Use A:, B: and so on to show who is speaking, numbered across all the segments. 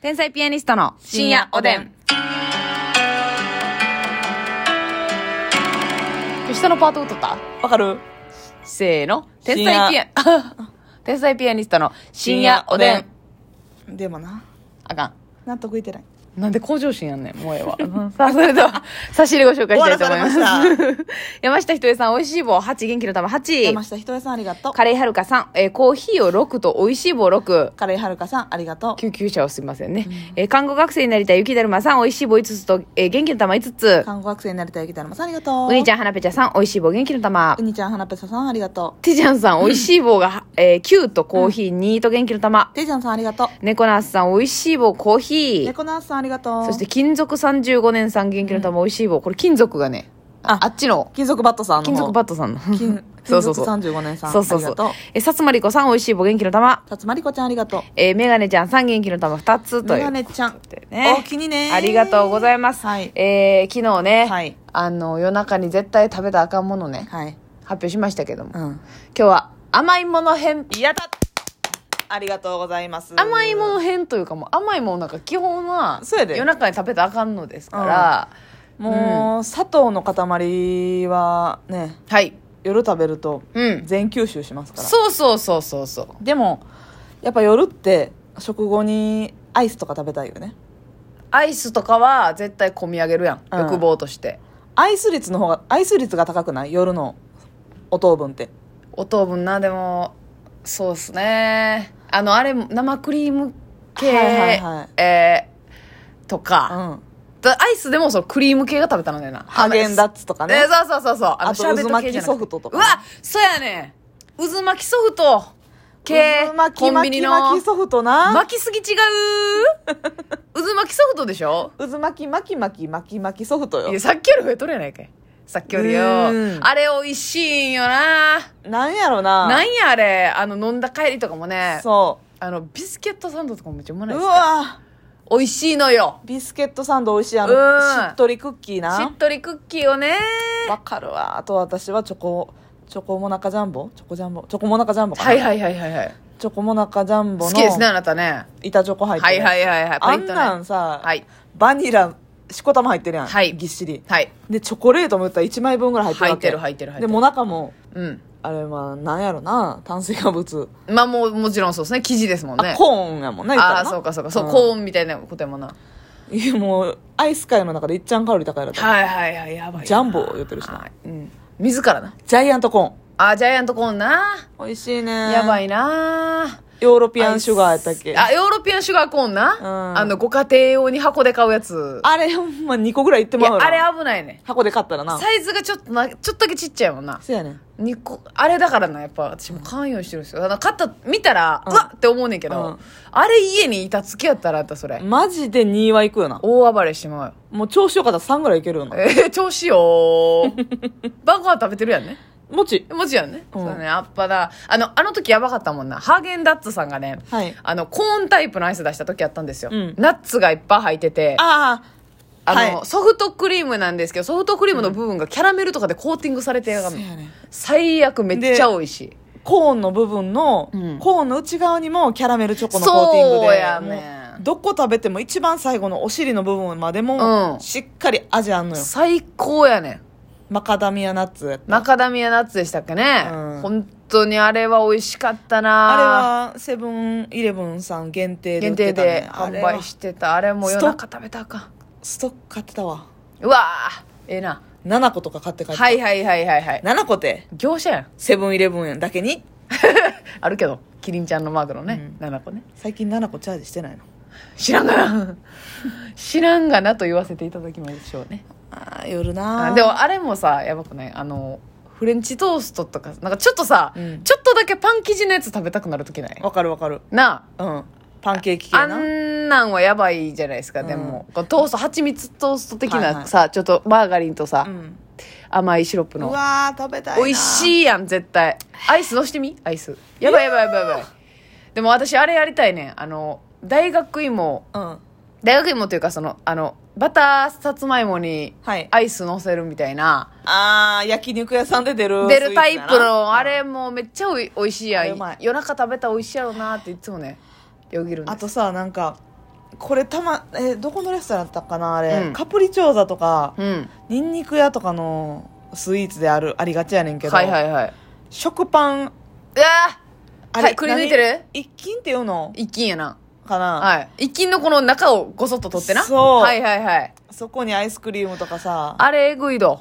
A: 天才ピアニストの深夜おでん。下のパートを取った
B: わかる
A: せーの。天才ピア、 天才ピアニストの深夜おでん。
B: でもな
A: あかん。
B: 納得いってない
A: なんで向上心やんねん、もうええわ。うん さあ、それでは、差し入れご紹介したいと思います。
B: 終わらさ
A: 山下ひとえさん、美味しい棒8、元気の玉
B: 山
A: 8。
B: 下ひとえさんありがとう
A: カレーはるかさん、えーコーヒーを6と美味しい棒6。
B: カレーはるかさんありがと
A: 救急車をすみませんね。えー看護学生になりたい雪だるまさん、美味しい棒5つと、えー元気の玉5
B: う
A: つ。
B: 看護学生になりたいゆきたるまさんありがとう
A: うにちゃん、はなぺちゃさん、美味しい棒元気の玉
B: う。にちゃんはなぺささんありがと
A: てじゃんさん、美味しい棒が、えー9とコーヒー2と元気の玉
B: う。ていちゃんさんありがとう
A: 猫ナースさん、美味しい棒コーヒー。
B: 猫ナースさんありがとう
A: そして金属35年さん、元気の玉、美味しい棒。これ金属がね、あ
B: あ
A: あっちの
B: 金属バットさんの
A: 金属バ
B: ッ
A: ットさんの。
B: 金
A: そう
B: 金
A: そう
B: 属
A: そう
B: 35年さん
A: そうそうそ
B: あ
A: う
B: りがとう。
A: え、さつまりこさん、美味しい棒元気の玉。
B: さつまりこちゃんありがと
A: えーメガネちゃんさん、元気の玉2つ
B: う
A: とい
B: メ
A: う。
B: ガネちゃん
A: ね
B: お気にね
A: ありがとうございます。
B: はい
A: えー昨日ね、
B: はい
A: あの、夜中に絶対食べたらあかんものね、
B: はい
A: 発表しましたけども、
B: う
A: 今
B: ん
A: 日は甘いもの編。
B: やったありがとうございます
A: 甘いもの編というかもう甘いものなんか基本は
B: そうやで
A: 夜中に食べたらあかんのですから、
B: もう、砂糖の塊はね
A: はい。
B: 夜食べると
A: うん
B: 全吸収しますから、
A: そうそうそうそうそう。
B: でもやっぱ夜って食後にアイスとか食べたいよね
A: アイスとかは絶対込み上げるやん。
B: うん
A: 欲望として。
B: アイス率の方がアイス率が高くない夜のお糖分って
A: お糖分な、でも、そうっすね。あの、あれも、生クリーム系、
B: はいはいはい
A: えーと
B: う
A: か、
B: ん
A: だアイスでもそのクリーム系が食べたのねんな。
B: ハーゲンダッツとか
A: ね、え
B: ね
A: ーそうそうそうそう。
B: あと
A: シャーベット系じゃなくて
B: 渦巻きソフトとか
A: うわそうやねん渦巻きソフト系、
B: 渦巻
A: コ
B: き
A: ンビ
B: 巻
A: ニ
B: き
A: の。
B: 巻きソフトな
A: 巻きすぎ違う 渦巻きソフトでしょ
B: 渦巻き巻き巻き巻き巻きソフト
A: い
B: よ
A: や、さっきより増えとるやないかい。さっきよりよ
B: う。ん
A: あれ美味しいんよな。
B: なんやろな
A: なんやあれ。あの、飲んだ帰りとかもね。
B: そ
A: あの、ビスケットサンドとかもめっちゃうま
B: う
A: ないうですか
B: わ
A: 美味しいのよ。
B: ビスケットサンド美味しいあの
A: うん
B: しっとりクッキー
A: し
B: な
A: っとりクッキーをね。
B: わかるわあと私はチョコチョコモナカジャンボチョコジャンボチョコモナカジャンボかな、
A: はいはいはいはいはい。
B: チョコモナカジャンボ
A: 好きですね、
B: の
A: あなたね。
B: 板チョコ入って
A: はい
B: る、
A: はいはいはい。
B: あ
A: パリ
B: ん
A: ッと
B: なん
A: ね。
B: さ、
A: はい。
B: バニラしこたま入ってるやん、
A: はい
B: ぎっしり
A: はい。
B: でチョコレートも言ったら1枚分ぐらい入ってる
A: 入
B: わけ
A: ってる入ってる入ってる
B: でも中も
A: うん。
B: あれまあなんやろな炭水化物、
A: まあもう、もちろんそうですね。生地ですもんね
B: あ。コーンやもんな言った
A: あ
B: ら
A: あー、
B: な
A: そうかそうか。そう、
B: ん
A: コーンみたいなことやもんな。
B: いやもうアイス界の中でいっちゃんカロリー高いやろ
A: はいはいはい、やばいな。
B: ジャンボ言ってるしな
A: はい。うん。自らな。
B: ジャイアントコ
A: あー、ジャイアントコーンな。
B: ーン美味しいね
A: やば
B: い
A: いな。
B: ヨーロピアンシュガーやったっけ
A: あ、ヨーロピアンシュガーコーンな。
B: うん
A: あの、ご家庭用に箱で買うやつ。
B: あれほんま2個ぐらいいって
A: い
B: まう
A: や、
B: よな
A: あれ危ないね。
B: 箱で買ったらな
A: サイズがちょっとな、ちょっとだけちっちゃいもんな。
B: そうやねん
A: 二個、あれだからな、やっぱ私も関与してるんですよ。あの、買った、見たら、うわっって思うねんけど、
B: うん
A: あれ家にいた付き合ったらあった、それ。
B: マジで2はいくよな
A: 大暴れしてまうよ。
B: もう調子よかったら3ぐらいいけるよな
A: えー、調子よー。 晩ご飯食べてるやんね。
B: もち
A: もちろんね。
B: うん
A: そうね、あっぱだ。あの、あの時やばかったもんな。ハーゲンダッツさんがね、
B: はい
A: あの、コーンタイプのアイス出した時あったんですよ。
B: うん
A: ナッツがいっぱい入ってて、あ
B: ああ
A: の、ソフトクリームなんですけど、ソフトクリームの部分がキャラメルとかでコーティングされてやがる
B: そうやね
A: 最悪めっちゃ美味しい。
B: コーンの部分の、
A: うん
B: コーンの内側にもキャラメルチョコのコーティングで
A: そうやね
B: もうどこ食べても一番最後のお尻の部分までも、
A: うん
B: しっかり味あんのよ
A: 最高やねん。
B: マカダミアナッツやった
A: マカダミアナッツでしたっけね、
B: うん
A: 本当にあれは美味しかったな
B: あれはセブンイレブンさん限定で売
A: 限
B: って
A: 定
B: た、ね
A: で、
B: あれ
A: 販
B: は
A: 売してた。あれも夜中食べたらあかん。
B: ストック買ってたわ
A: うわーええな。
B: 7個とか買って帰った、
A: はいはいはいはいはい。
B: 7個って
A: 業者やん。
B: セブンイレブンだけに
A: あるけど、キリンちゃんのマークのね、七個ね。
B: 最近7個チャージしてないの
A: 知らんがな。 知らんがなと言わせていただきましょうね。
B: ああ夜
A: あ
B: な
A: でもあれもさ、やばくないあの、フレンチトーストとか、なんかちょっとさ、
B: うん
A: ちょっとだけパン生地のやつ食べたくなるときない
B: わかるわかる
A: な
B: うんパンケーキ
A: あ。
B: 系
A: あ
B: なん
A: なんはやばいじゃないですか、でも。こうトースト、蜂蜜トースト的
B: はいは
A: ないさ、ちょっとマーガリンとさ、
B: うん
A: 甘いシロップ
B: う
A: の。
B: わー食べたいな
A: 美味しいやん、絶対。アイスのしてみアイス。やばいやばいやばいやばい。でも私あれやりたいねん。あの、大学芋
B: うん
A: 大学芋というかそのあのバターさつまいもに
B: はい
A: アイス乗せるみたいな、
B: あー焼肉屋さんで出る
A: 出るタイプ
B: スイーツだ
A: の
B: な
A: あれもうめっちゃおいおいしいや
B: あれうんまい
A: 夜中食べたらおいしいやろうなっていつもねよぎるんで
B: あ
A: す
B: とさなんかこれたまえどこのレストランだったかなあれ、
A: うん
B: カプリチョーザとか
A: うん
B: ニンニク屋とかのスイーツであるありがちやねんけど、
A: はいはいはいう
B: 食パン
A: わあ
B: あ
A: はいくり抜いてる
B: 何一斤っていうの
A: 一斤やな
B: かな、
A: はい一斤のこの中をごそっと取ってな
B: そう
A: はいはいはい
B: そこにアイスクリームとかさあ
A: あれえぐいど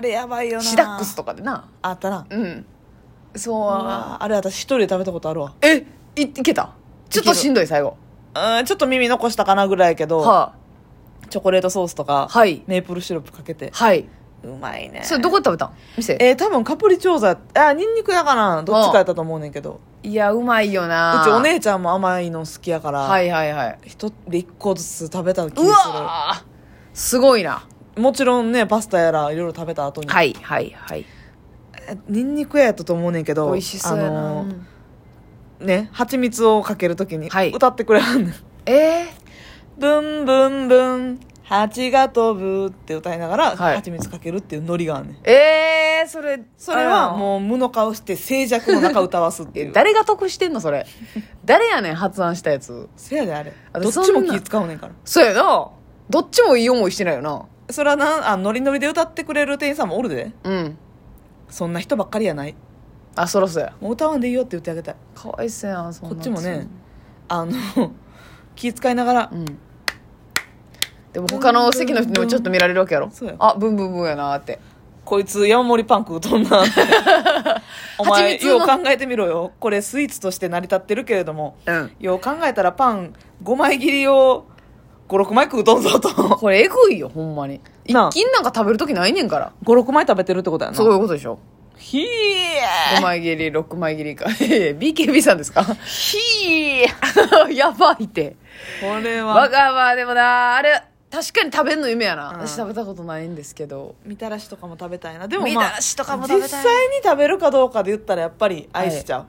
B: れやばいよな
A: シダックスとかでな
B: あったな
A: うんそうう
B: わあれ私一人で食べたことあるわ
A: えいいけたちょっとしんどい最後
B: うんちょっと耳残したかなぐらいやけど、
A: は
B: チョコレートソースと
A: あ
B: か、
A: はい
B: メープルシロップかけて
A: はいう
B: まいね
A: それどこで食べたん店
B: えー多分カプリチョーザあニンニク屋かなどっちかやったと思うねんけど
A: いやうまいよな
B: うちお姉ちゃんも甘いの好きやから、
A: はいはいはい
B: 一人一個ずつ食べた気
A: う
B: が
A: わーすごいな
B: するもちろんねパスタやらいろいろ食べた後に、
A: はいはいはい
B: えニンニク屋やったと思うねんけど
A: 美味しそうやな、
B: あのーね蜂蜜をかけるときに
A: はい
B: 歌ってくれはんねん
A: え
B: ブンブンブン、蜂が飛ぶって歌いながら、
A: はい
B: 蜂蜜かけるっていうノリがあんねん。
A: ー、えー、それ
B: それは
A: う
B: もう無の顔して静寂の中歌わすっていう。
A: 誰が得してんのそ れ誰やねん発案したやつ
B: せやであれ。
A: あ
B: どっち
A: そ
B: も
A: んな
B: 気使うねんから。
A: そうやなどっちもいい思いしてないよな
B: それはな、あノリノリで歌ってくれる店員さんもおるで。
A: うん
B: そんな人ばっかりやない。
A: あそろそろや
B: もう歌わんでいいよって言ってあげたい。
A: かわいそうやんそん
B: こ
A: な
B: っちもね、あの、気使いながら
A: う、んでも他の席の人にもちょっと見られるわけやろ
B: そうや
A: あブンブンブンやなーって
B: こいつ山盛りパン食うとん なってお
A: 蜂
B: 前
A: 蜜の
B: よう考えてみろよこれスイーツとして成り立ってるけれども
A: うん
B: よう考えたらパン5枚切りを56枚食うとんぞ と
A: これえぐいよほんまに一
B: なあ
A: 斤なんか食べる時ないねんから
B: 56枚食べてるってことやな
A: そういうことでしょ
B: ひー
A: 5枚切 り6枚切りかええ BKB さんですか
B: ひ ー
A: やばいって
B: これ
A: わ
B: は
A: がまあでもなあれ確かに食べんの夢やな、
B: うん
A: 私食べたことないんですけど
B: みたらしとかも食べたいなでもまあ
A: みたらしとかも食べたい
B: 実際に食べるかどうかで言ったらやっぱりアイスちゃう、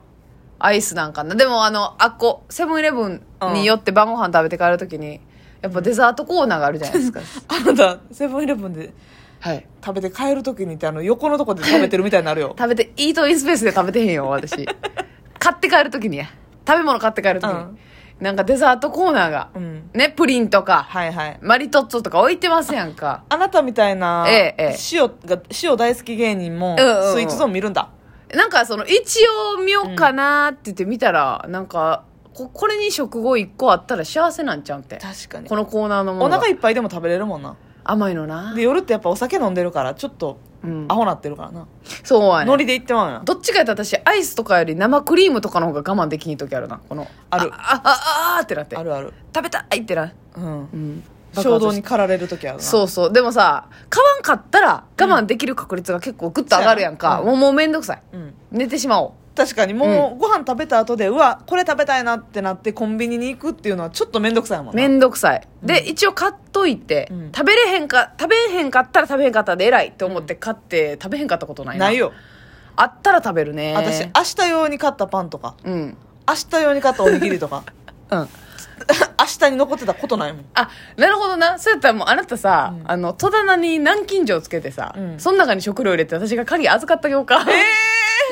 A: アイスなんかなでもあのあっこセブンイレブンによって晩ご飯食べて帰る時にやっぱデザートコーナーがあるじゃないですか
B: あなたセブンイレブンで
A: はい
B: 食べて帰る時にってあの横のとこで食べてるみたいに なるよ
A: 食べてイートインスペースで食べてへんよ私買って帰る時にや食べ物買って帰る時に、
B: うん
A: なんかデザートコーナーが、
B: うん
A: ねプリンとか、
B: はいはい
A: マリトッツォとか置いてますやんか
B: あなたみたいな、
A: ええええ
B: 塩が、塩大好き芸人も、ス
A: うんうんうん
B: イーツゾーン見るんだ。
A: なんかその一応見ようかなって言って見たら、なんかここれに食後1個あったら幸せなんちゃうんって
B: 確かに
A: こ。のコーナーのも
B: お
A: のが
B: 腹いっぱいでも食べれるもんな。
A: 甘いのな
B: で、夜ってやっぱお酒飲んでるから、ちょっと、
A: うん
B: アホなってるからな。
A: そうや
B: ノ
A: ね
B: リで行ってまうな。
A: どっちかやったら私アイスとかより生クリームとかの方が我慢できん時あるなこの
B: ある
A: ああああーってなって
B: あるある。
A: 食べたいってな
B: うん。
A: うん
B: 衝動に駆られる時あるな。う。
A: そうそうでもさ買わんかったら我慢できる確率が結構グッと上がるやんか、
B: うん
A: もうもうめんどくさい
B: うん。
A: 寝てしまおう
B: 確かにもう、ご飯食べた後で、うわ、これ食べたいなってなって、コンビニに行くっていうのはちょっとめんどくさいもんな。
A: めんどくさいで、一応買っといて、
B: うん
A: 食べれへんか食べへんかったら食べへんかったで偉いと思って買って、食べへんかったことないな
B: ないよ。
A: あったら食べるね
B: 私、明日用に買ったパンとか、
A: うん
B: 明日用に買ったおにぎりとか、
A: うん
B: 明日に残ってたことないもん。
A: あなるほどなそうやったらもうあなたさ、
B: うん
A: あの戸棚に南京錠つけてさ、
B: うん
A: その中に食料入れて私が鍵預かったようか、も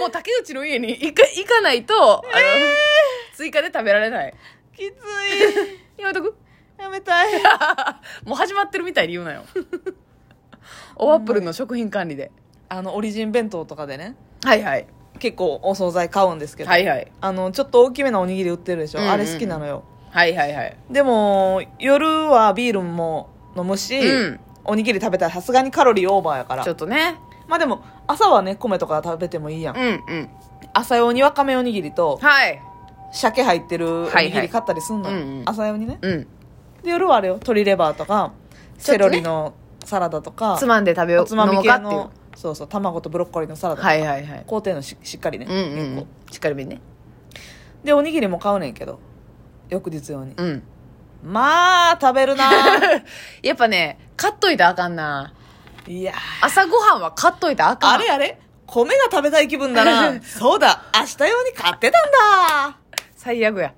A: う竹内の家に行か行かないと、あの追加で食べられない
B: きつい。
A: やめとく
B: やめたい。
A: もう始まってるみたいに言うなよ おアップルの食品管理で
B: あのオリジン弁当とかでね
A: はいはい
B: 結構お惣菜買うんですけど、
A: はいはい
B: あのちょっと大きめなおにぎり売ってるでしょ、
A: うんうんうん
B: あれ好きなのよ
A: はいはいはい
B: でも夜はビールも飲むし、
A: うん
B: おにぎり食べたらさすがにカロリーオーバーやから
A: ちょっとね
B: まあでも朝はね米とか食べてもいいやん、
A: うんうん
B: 朝用にわかめおにぎりと
A: はい
B: 鮭入ってるおにぎり買ったりすんのよ、
A: はいはいうんうん
B: 朝用にね
A: うん
B: で夜はあれよ鶏レバーとか
A: ちょっとね
B: セロリのサラダとか
A: つまんで食べよ
B: お
A: う
B: つまみ系
A: 飲もうか
B: のそうそう卵とブロッコリーのサラ
A: ってい
B: ダ、
A: うはいはいはい
B: 工程のししっかりね、
A: うんうん、う
B: 結
A: ん
B: 構、
A: しっかりめにね
B: でおにぎりも買うねんけど翌日用に、
A: うん
B: まあ食べる な
A: やっぱね買っといたらあかんない
B: やー
A: 朝ごはんは買っといたらあかん
B: あれあれ米が食べたい気分 だなそうだ明日用に買ってたんだ
A: 最悪や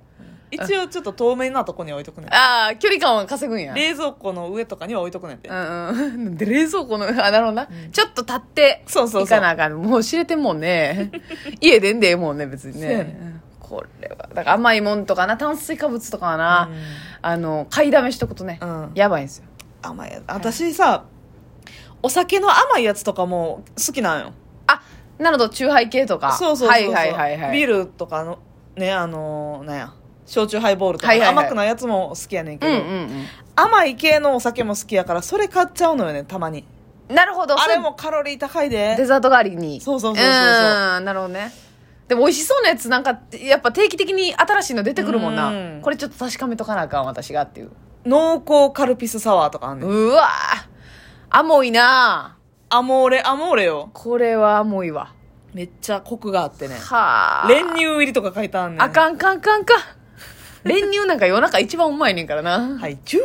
B: 一応ちょっと透明なとこに置いとくねん
A: ああ距離感は稼ぐんや
B: 冷蔵庫の上とかには置いとくねんて、
A: うん うん、で冷蔵庫のあなるほどな、ちょっと立って
B: そうそうそう
A: 行かなあかんもう知れてんもんね家出んでええもんね別に
B: そうや
A: ね
B: ね
A: うんこれはだから甘いもんとかな炭水化物とかはな、
B: うん
A: あの買いだめしとくとね、
B: うん
A: やばいんですよ
B: 甘いやつ私さ、お酒の甘いやつとかも好きなんよ
A: あなるほど酎ハイ系とか
B: そうそうそうそう
A: はいはいはいはい
B: ビールとかのねあのなんや焼酎ハイボールとか、
A: はいはいはい
B: 甘くないやつも好きやねんけ
A: うん
B: ど、
A: うん
B: 甘い系のお酒も好きやからそれ買っちゃうのよねたまに
A: うんなるほど
B: あ
A: それ
B: れもカロリー高い
A: デ
B: で
A: ザート代わりに
B: そうそうそうそうそうん
A: なるほどねでも美味しそうなやつなんかやっぱ定期的に新しいの出てくるもん
B: う
A: なんこれちょっと確かめとかなあかん私がっていう
B: 濃厚カルピスサワーとかあんねん
A: うわーアモいなあ
B: アモーレアモーレよ
A: これはアモいわ
B: めっちゃコクがあってね
A: はあ
B: 練乳入りとか書いてあんねん
A: あかんかんかんかん練乳なんか夜中一番うまいねんからな
B: はいチ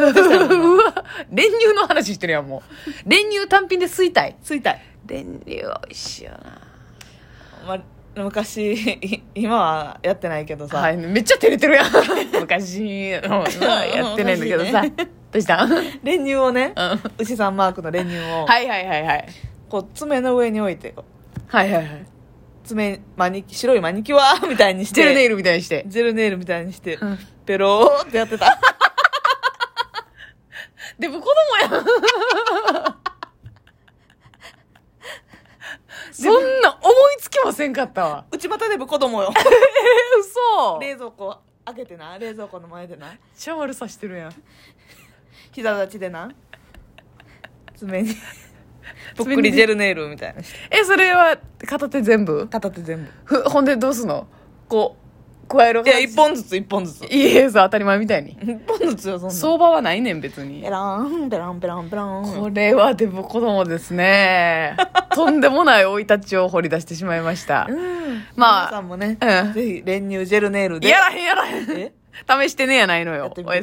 B: ュ ー
A: うわ練乳の話してるやんもう練乳単品で吸いたい
B: ついたい
A: 練乳美味しいよな
B: まあ、昔い今はやってないけどさ、
A: はい、めっちゃ照れてるやん 昔の やってないんだけどさ、
B: おかしいね
A: ど うしたんうん
B: 練乳をね、
A: は
B: 牛さんマークの練乳を、
A: いはいはいはい
B: こう爪の上に置いてこう
A: はいはいはい
B: 爪マニキ白いマニキュア みたいにして
A: ジェルネイルみたいにして
B: ジェルネイルみたいにして、
A: うん
B: ペローってやっ てた
A: でも子供やんそんな思いつきませんかったわ
B: 内股デブ子 供よ
A: え嘘めっ
B: 冷蔵庫開けてな冷蔵庫の前でな
A: ちゃ悪さしてるやん
B: 膝立ちでな爪にぽっくりジェルネイルみたいなして
A: えそれは片手全部
B: 片手全部
A: ふほんでどうすんのこう加える
B: いや一本ずつ一本ずつ
A: いいえさ当たり前みたいに
B: 一本ずつよそんなん
A: 相場はないねん別に
B: ペランペランペランペラン
A: これはでも子供ですねとんでもない生い立ちを掘り出してしまいました
B: うん
A: まあ
B: 皆さんもね、
A: うん
B: ぜひ練乳ジェルネイルで
A: やらへんやらへん
B: え
A: 試してねやないの
B: や
A: よ
B: ってみてくだ
A: お
B: さい
A: や